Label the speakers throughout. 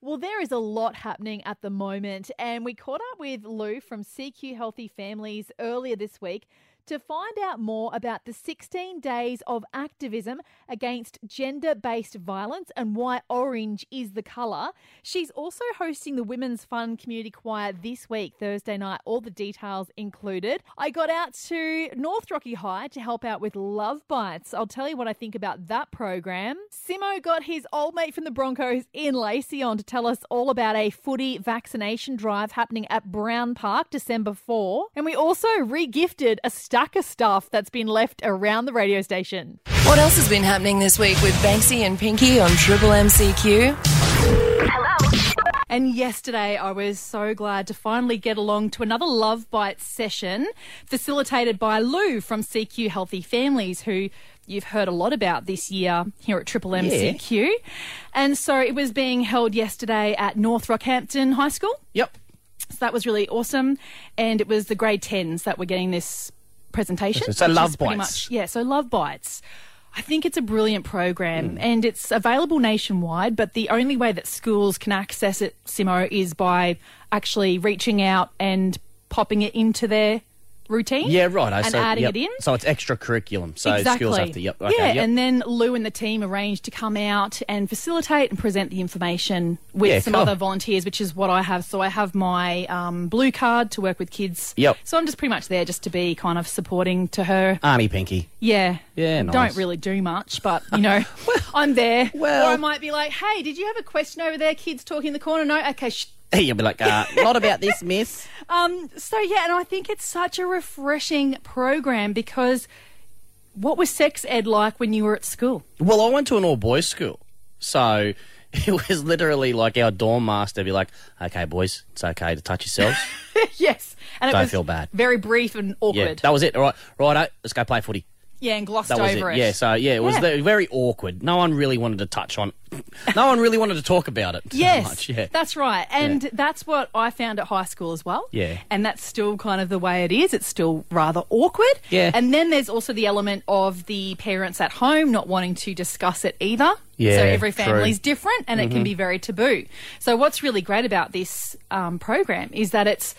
Speaker 1: Well, there is a lot happening at the moment, and we caught up with Lou from CQ Healthy Families earlier this week to find out more about the 16 days of activism against gender based violence and why orange is the colour. She's also hosting the Women's Fund Community Choir this week, Thursday night, all the details included. I got out to North Rocky High to help out with Love Bites. I'll tell you what I think about that program. Simo got his old mate from the Broncos, Ian Lacey, on to tell us all about a footy vaccination drive happening at Brown Park December 4. And we also re gifted a stack of stuff that's been left around the radio station.
Speaker 2: What else has been happening this week with Banksy and Pinky on Triple MCQ?
Speaker 1: And yesterday, I was so glad to finally get along to another Love Bite session facilitated by Lou from CQ Healthy Families, who you've heard a lot about this year here at Triple M CQ. And so it was being held yesterday at North Rockhampton High School.
Speaker 3: Yep.
Speaker 1: So that was really awesome. And it was the grade 10s that were getting this presentation.
Speaker 3: So
Speaker 1: which
Speaker 3: Love
Speaker 1: is pretty
Speaker 3: Bites.
Speaker 1: much- yeah, so Love Bites. I think it's a brilliant
Speaker 3: Hmm.
Speaker 1: program and it's available nationwide, but the only way that schools can access it, Simo, is by actually reaching out and popping it into their routine.
Speaker 3: Yeah, right. I
Speaker 1: And
Speaker 3: so,
Speaker 1: adding
Speaker 3: yep.
Speaker 1: it in.
Speaker 3: So it's extra curriculum. So
Speaker 1: Exactly.
Speaker 3: schools have to. Yep. Okay,
Speaker 1: yeah,
Speaker 3: yep.
Speaker 1: and then Lou and the team arranged to come out and facilitate and present the information with
Speaker 3: Yeah,
Speaker 1: some
Speaker 3: cool.
Speaker 1: other volunteers, which is what I have. So I have my um, blue card to work with kids.
Speaker 3: Yep.
Speaker 1: So I'm just pretty much there just to be kind of supporting to her.
Speaker 3: Army Pinky.
Speaker 1: Yeah.
Speaker 3: Yeah,
Speaker 1: Don't
Speaker 3: nice.
Speaker 1: really do much, but you know, I'm there.
Speaker 3: well-
Speaker 1: or I might be like, "Hey, did you have a question over there? Kids talking in the corner." No. Okay. Sh-
Speaker 3: You'll be like, uh, not about this, miss.
Speaker 1: um, so yeah, and I think it's such a refreshing program because what was sex ed like when you were at school?
Speaker 3: Well, I went to an all boys school. So it was literally like our dorm master be like, okay, boys, it's okay to touch yourselves.
Speaker 1: yes, and it
Speaker 3: Don't
Speaker 1: was
Speaker 3: feel bad.
Speaker 1: Very brief and
Speaker 3: yeah.
Speaker 1: awkward. Yeah,
Speaker 3: That was it. All right. Righto. Let's go play footy.
Speaker 1: and glossed
Speaker 3: That was
Speaker 1: over
Speaker 3: it.
Speaker 1: it.
Speaker 3: Yeah. So yeah, it was
Speaker 1: Yeah.
Speaker 3: the- very awkward. No one really wanted to touch on. No one really wanted to talk about it.
Speaker 1: Yes,
Speaker 3: Much. Yeah.
Speaker 1: that's right, and that's what I found at high school as well.
Speaker 3: Yeah.
Speaker 1: and that's still kind of the way it is. It's still rather awkward.
Speaker 3: Yeah.
Speaker 1: and then there's also the element of the parents at home not wanting to discuss it either.
Speaker 3: Yeah,
Speaker 1: so every
Speaker 3: true. Mm-hmm.
Speaker 1: family's different, and it can be very taboo. So what's really great about this um, program is that it's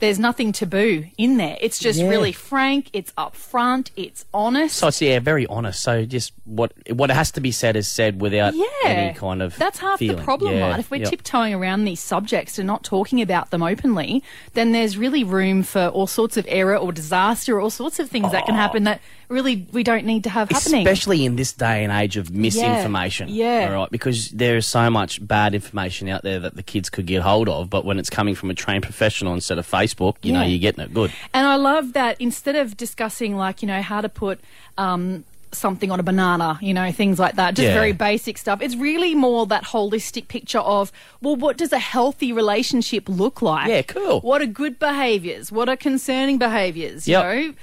Speaker 1: there's nothing taboo in there. It's just
Speaker 3: Yeah.
Speaker 1: really frank. It's upfront. It's honest.
Speaker 3: So it's yeah, very honest. So just what what has to be said is said without
Speaker 1: yeah.
Speaker 3: any kind of
Speaker 1: that's half the
Speaker 3: feeling.
Speaker 1: problem,
Speaker 3: Yeah,
Speaker 1: right? If we're
Speaker 3: yep.
Speaker 1: tiptoeing around these subjects and not talking about them openly, then there's really room for all sorts of error or disaster or all sorts of things that
Speaker 3: Oh.
Speaker 1: can happen that really we don't need to have happening.
Speaker 3: Especially in this day and age of misinformation.
Speaker 1: Yeah.
Speaker 3: All right. Because there is so much bad information out there that the kids could get hold of, but when it's coming from a trained professional instead of Facebook, you know,
Speaker 1: Yeah.
Speaker 3: you're getting it good.
Speaker 1: And I love that instead of discussing like you know how to put. Um, Something on a banana, you know, things like that, just
Speaker 3: Yeah.
Speaker 1: very basic stuff. It's really more that holistic picture of, well, what does a healthy relationship look like?
Speaker 3: Yeah, cool.
Speaker 1: What are good behaviors? What are concerning behaviors? You
Speaker 3: Yep.
Speaker 1: know,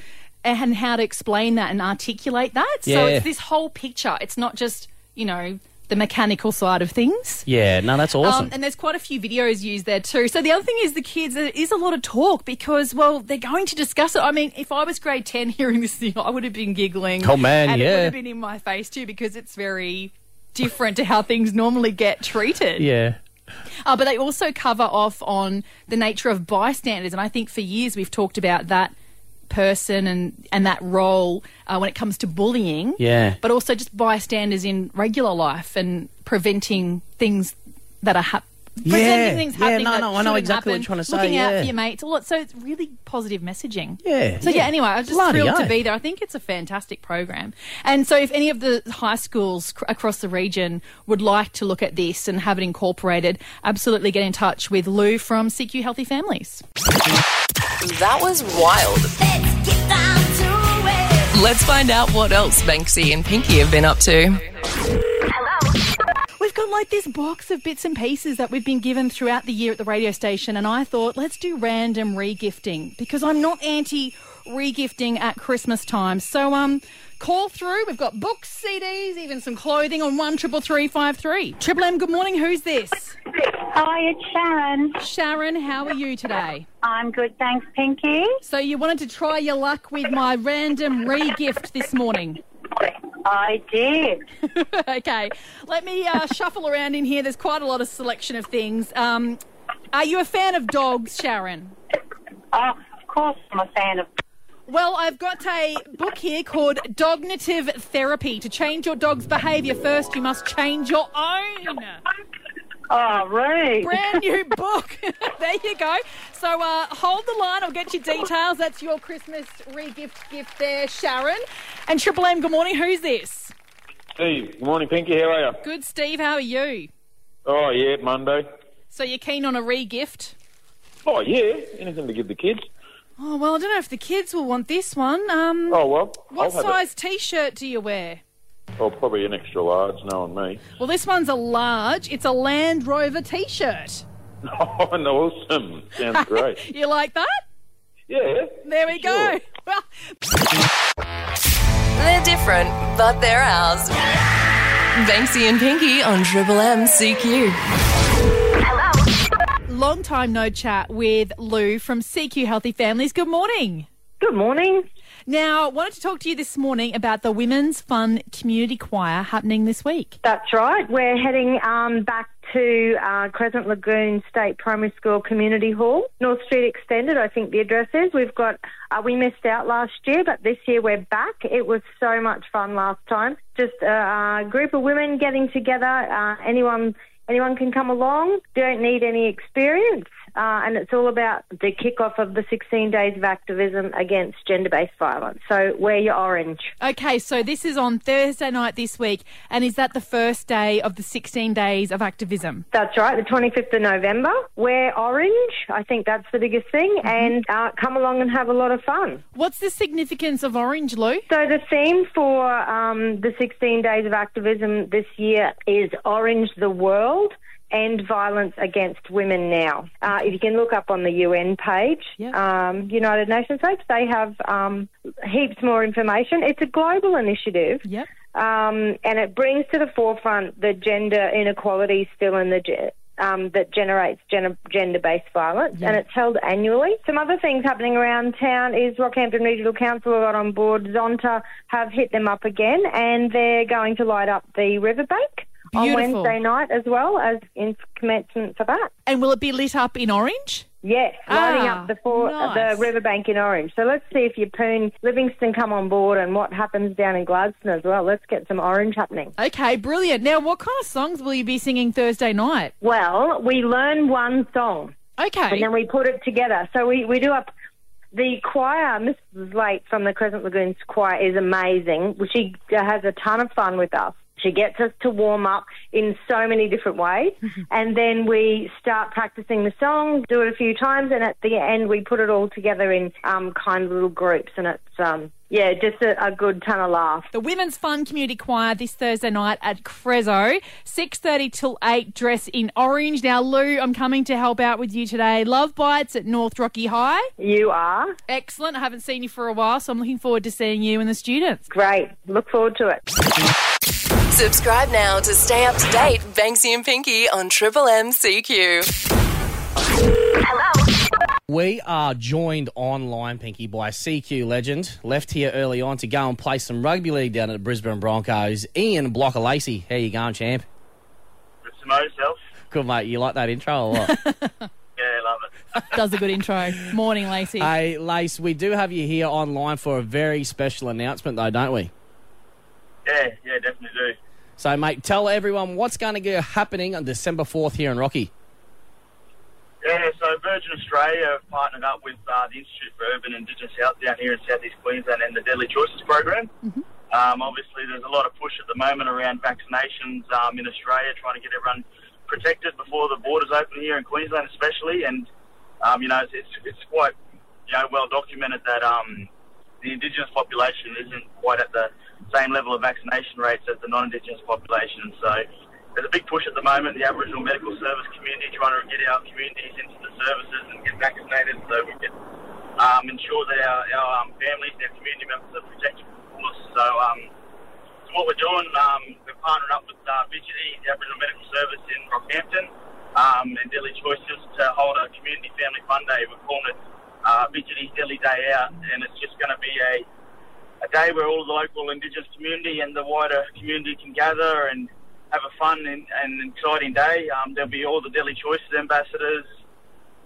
Speaker 1: and how to explain that and articulate that. So
Speaker 3: Yeah.
Speaker 1: it's this whole picture. It's not just, you know, the mechanical side of things.
Speaker 3: Yeah, no, that's awesome.
Speaker 1: Um, and there's quite a few videos used there too. So the other thing is the kids, there is a lot of talk because, well, they're going to discuss it. I mean, if I was grade 10 hearing this thing, I would have been giggling.
Speaker 3: Oh, man,
Speaker 1: And it
Speaker 3: yeah.
Speaker 1: would have been in my face too because it's very different to how things normally get treated.
Speaker 3: yeah.
Speaker 1: Uh, but they also cover off on the nature of bystanders. And I think for years we've talked about that person and, and that role uh, when it comes to bullying.
Speaker 3: Yeah.
Speaker 1: But also just bystanders in regular life and preventing things that are happening.
Speaker 3: Yeah.
Speaker 1: things
Speaker 3: Yeah,
Speaker 1: happening
Speaker 3: no,
Speaker 1: that
Speaker 3: no, I know
Speaker 1: shouldn't
Speaker 3: exactly what
Speaker 1: happen,
Speaker 3: you're trying to say,
Speaker 1: Looking out
Speaker 3: yeah.
Speaker 1: for your mates, all that. So it's really positive messaging.
Speaker 3: Yeah,
Speaker 1: So yeah,
Speaker 3: yeah.
Speaker 1: anyway, I was just
Speaker 3: Bloody
Speaker 1: thrilled to
Speaker 3: oath.
Speaker 1: be there. I think it's a fantastic program. And so if any of the high schools cr- across the region would like to look at this and have it incorporated, absolutely get in touch with Lou from CQ Healthy Families.
Speaker 2: That was wild. Let's find out what else Banksy and Pinky have been up to.
Speaker 1: We've got like this box of bits and pieces that we've been given throughout the year at the radio station, and I thought, let's do random regifting because I'm not anti regifting at Christmas time. So um call through. We've got books, CDs, even some clothing on one triple three five three. Triple M, good morning, who's this?
Speaker 4: Hi, it's Sharon.
Speaker 1: Sharon, how are you today?
Speaker 4: I'm good, thanks, Pinky.
Speaker 1: So you wanted to try your luck with my random re-gift this morning.
Speaker 4: I did.
Speaker 1: Okay, let me uh, shuffle around in here. There's quite a lot of selection of things. Um, are you a fan of dogs, Sharon?
Speaker 4: Oh, of course, I'm a fan of.
Speaker 1: Well, I've got a book here called Dognitive Therapy. To change your dog's behaviour first, you must change your own.
Speaker 4: Oh, rude.
Speaker 1: Brand new book. there you go. So uh, hold the line. I'll get you details. That's your Christmas regift gift there, Sharon. And Triple M, good morning. Who's this?
Speaker 5: Steve, good morning, Pinky. How are you?
Speaker 1: Good, Steve. How are you?
Speaker 5: Oh, yeah, Monday.
Speaker 1: So you're keen on a regift?
Speaker 5: Oh, yeah, anything to give the kids.
Speaker 1: Oh well, I don't know if the kids will want this one. Um,
Speaker 5: Oh, well,
Speaker 1: what
Speaker 5: I'll
Speaker 1: size T-shirt do you wear?
Speaker 5: have it. Oh, probably an extra large, knowing me.
Speaker 1: Well, this one's a large. It's a Land Rover T-shirt.
Speaker 5: Oh, awesome. Sounds great.
Speaker 1: You like that?
Speaker 5: Yeah.
Speaker 1: There we go.
Speaker 5: Sure.
Speaker 1: Well,
Speaker 2: They're different, but they're ours. Banksy and Pinky on Triple M CQ.
Speaker 1: long time no chat with Lou from CQ Healthy Families. Good morning.
Speaker 6: Good morning.
Speaker 1: Now, wanted to talk to you this morning about the Women's Fun Community Choir happening this week.
Speaker 6: That's right. We're heading um, back to uh, Crescent Lagoon State Primary School Community Hall, North Street Extended. I think the address is. We've got. Uh, we missed out last year, but this year we're back. It was so much fun last time. Just uh, a, a group of women getting together. Uh, anyone. Anyone can come along. Don't need any experience. Uh, and it's all about the kickoff of the 16 days of activism against gender based violence. So wear your orange.
Speaker 1: Okay, so this is on Thursday night this week, and is that the first day of the 16 days of activism?
Speaker 6: That's right, the 25th of November. Wear orange. I think that's the biggest thing. And uh, come along and have a lot of fun.
Speaker 1: What's the significance of orange, Lou?
Speaker 6: So, the theme for um, the 16 Days of Activism this year is Orange the World. and violence against women now. Uh, if you can look up on the UN page, um, United Nations page, they have um, heaps more information. It's a global initiative.
Speaker 1: Yep.
Speaker 6: Um, and it brings to the forefront the gender inequality still in the. Ge- um, that generates gen- gender-based violence, and it's held annually. Some other things happening around town is Rockhampton Regional Council got on board. Zonta have hit them up again, and they're going to light up the riverbank on
Speaker 1: Beautiful.
Speaker 6: Wednesday night as well as in commencement for that.
Speaker 1: And will it be lit up in orange?
Speaker 6: Yes, lighting
Speaker 1: Ah,
Speaker 6: up the for,
Speaker 1: nice.
Speaker 6: the riverbank in orange. So let's see if Yapoon Livingston come on board and what happens down in Gladstone as well. Let's get some orange happening.
Speaker 1: Okay, brilliant. Now, what kind of songs will you be singing Thursday night?
Speaker 6: Well, we learn one song
Speaker 1: Okay.
Speaker 6: and then we put it together. So we, we do up the choir. Mrs. Late from the Crescent Lagoons choir is amazing. She has a ton of fun with us. She gets us to warm up in so many different ways. and then we start practicing the song, do it a few times, and at the end we put it all together in um, kind of little groups. And it's, um, yeah, just a, a good ton of laughs.
Speaker 1: The Women's Fun Community Choir this Thursday night at Crezo, 6.30 till 8, dress in orange. Now, Lou, I'm coming to help out with you today. Love Bites at North Rocky High.
Speaker 6: You are
Speaker 1: Excellent. I haven't seen you for a while, so I'm looking forward to seeing you and the students.
Speaker 6: great. Look forward to it.
Speaker 2: Subscribe now to stay up to date. Banksy and Pinky on Triple M CQ.
Speaker 3: We are joined online, Pinky, by CQ legend. Left here early on to go and play some rugby league down at Brisbane Broncos. Ian Blocker Lacey, how you going, champ?
Speaker 7: myself.
Speaker 3: Good mate, you like that intro a lot.
Speaker 7: Yeah, love it.
Speaker 1: Does a good intro. Morning, Lacey.
Speaker 3: Hey, Lace, we do have you here online for a very special announcement, though, don't we?
Speaker 7: Yeah, yeah, definitely do.
Speaker 3: So, mate, tell everyone what's going to be happening on December 4th here in Rocky.
Speaker 7: Yeah, so Virgin Australia have partnered up with uh, the Institute for Urban and Indigenous Health down here in Southeast Queensland and the Deadly Choices program. Um, obviously, there's a lot of push at the moment around vaccinations um, in Australia, trying to get everyone protected before the borders open here in Queensland, especially. And um, you know, it's, it's it's quite you know well documented that um, the Indigenous population isn't quite at the same level of vaccination rates as the non-Indigenous population. So there's a big push at the moment in the Aboriginal medical service community trying to get our communities into the services and get vaccinated so we can um, ensure that our, our um, families and our community members are protected from us. So, um, so what we're doing, um, we're partnering up with uh, Vigity, the Aboriginal Medical Service in Rockhampton, um, and Deadly Choices to hold a community family fun day. We're calling it uh, Vigity Deadly Day Out, and it's just going to be a a a day where all the local Indigenous community and the wider community can gather and have a fun and, and exciting day. Um, there'll be all the Delhi Choices ambassadors.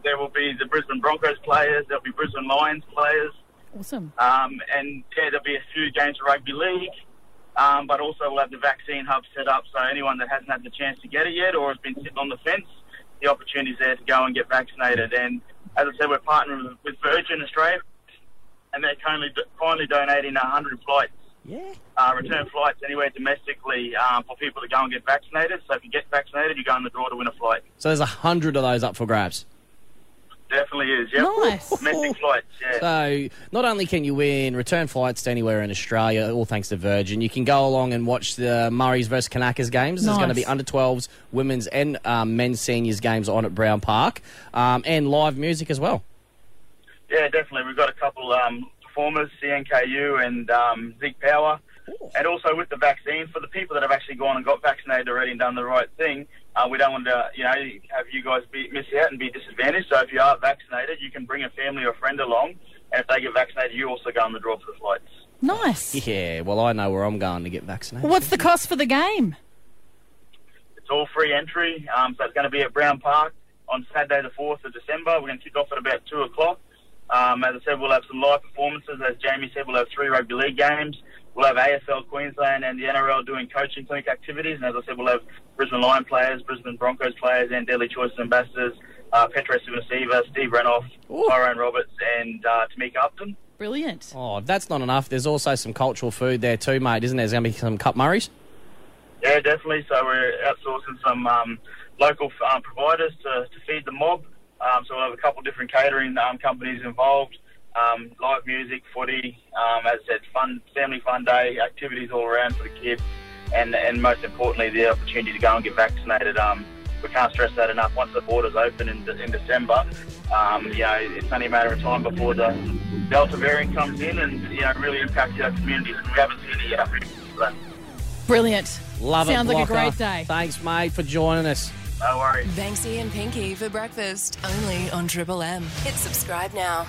Speaker 7: There will be the Brisbane Broncos players. There'll be Brisbane Lions players.
Speaker 8: Awesome.
Speaker 7: Um, and yeah, there'll be a few games of rugby league, um, but also we'll have the vaccine hub set up so anyone that hasn't had the chance to get it yet or has been sitting on the fence, the opportunity's there to go and get vaccinated. And as I said, we're partnering with, with Virgin Australia, and they're kindly, kindly donating 100 flights,
Speaker 3: Yeah.
Speaker 7: uh, return flights anywhere domestically um, for people to go and get vaccinated. So if you get vaccinated, you go in the draw to win a flight.
Speaker 3: So there's a hundred of those up for grabs.
Speaker 7: Definitely is, yeah.
Speaker 8: Nice.
Speaker 7: Domestic flights, yeah.
Speaker 3: So not only can you win return flights to anywhere in Australia, all thanks to Virgin, you can go along and watch the Murrays versus Kanakas games. There's
Speaker 8: Nice.
Speaker 3: going to be under 12s, women's and um, men's seniors games on at Brown Park, um, and live music as well.
Speaker 7: Yeah, definitely. We've got a couple um, performers, CNKU and um, Zig Power. And also with the vaccine, for the people that have actually gone and got vaccinated already and done the right thing, uh, we don't want to, you know, have you guys be, miss out and be disadvantaged. So if you are vaccinated, you can bring a family or friend along, and if they get vaccinated, you also go on the draw for the flights.
Speaker 8: Nice.
Speaker 3: Yeah, well I know where I'm going to get vaccinated.
Speaker 8: What's the cost for the game?
Speaker 7: It's all free entry, um, so it's going to be at Brown Park on Saturday the 4th of December. We're going to kick off at about 2 o'clock. Um, as I said, we'll have some live performances. As Jamie said, we'll have three rugby league games. We'll have AFL Queensland and the NRL doing coaching clinic activities. And as I said, we'll have Brisbane Lion players, Brisbane Broncos players, and Daily Choices ambassadors, uh, Petra Sivasiva, Steve Renoff, Tyrone Roberts, and uh, Tamika Upton.
Speaker 8: Brilliant.
Speaker 3: Oh, if that's not enough, there's also some cultural food there too, mate, isn't there? There's going to be some cup Murrays.
Speaker 7: Yeah, definitely. So we're outsourcing some um, local um, providers to, to feed the mob. Um, so we'll have a couple different catering um, companies involved, um, live music, footy, um, as I said, fun family fun day, activities all around for the kids, and and most importantly, the opportunity to go and get vaccinated. Um, we can't stress that enough. Once the borders open in, in December, um, you know, it's only a matter of time before the Delta variant comes in and you know really impacts our communities. We haven't seen it yet. So,
Speaker 8: Brilliant.
Speaker 3: Love it.
Speaker 8: Sounds like a
Speaker 3: Blocker.
Speaker 8: great day.
Speaker 3: Thanks, mate, for joining us.
Speaker 7: no worries.
Speaker 2: Banksy and Pinky for breakfast only on Triple M. Hit subscribe now.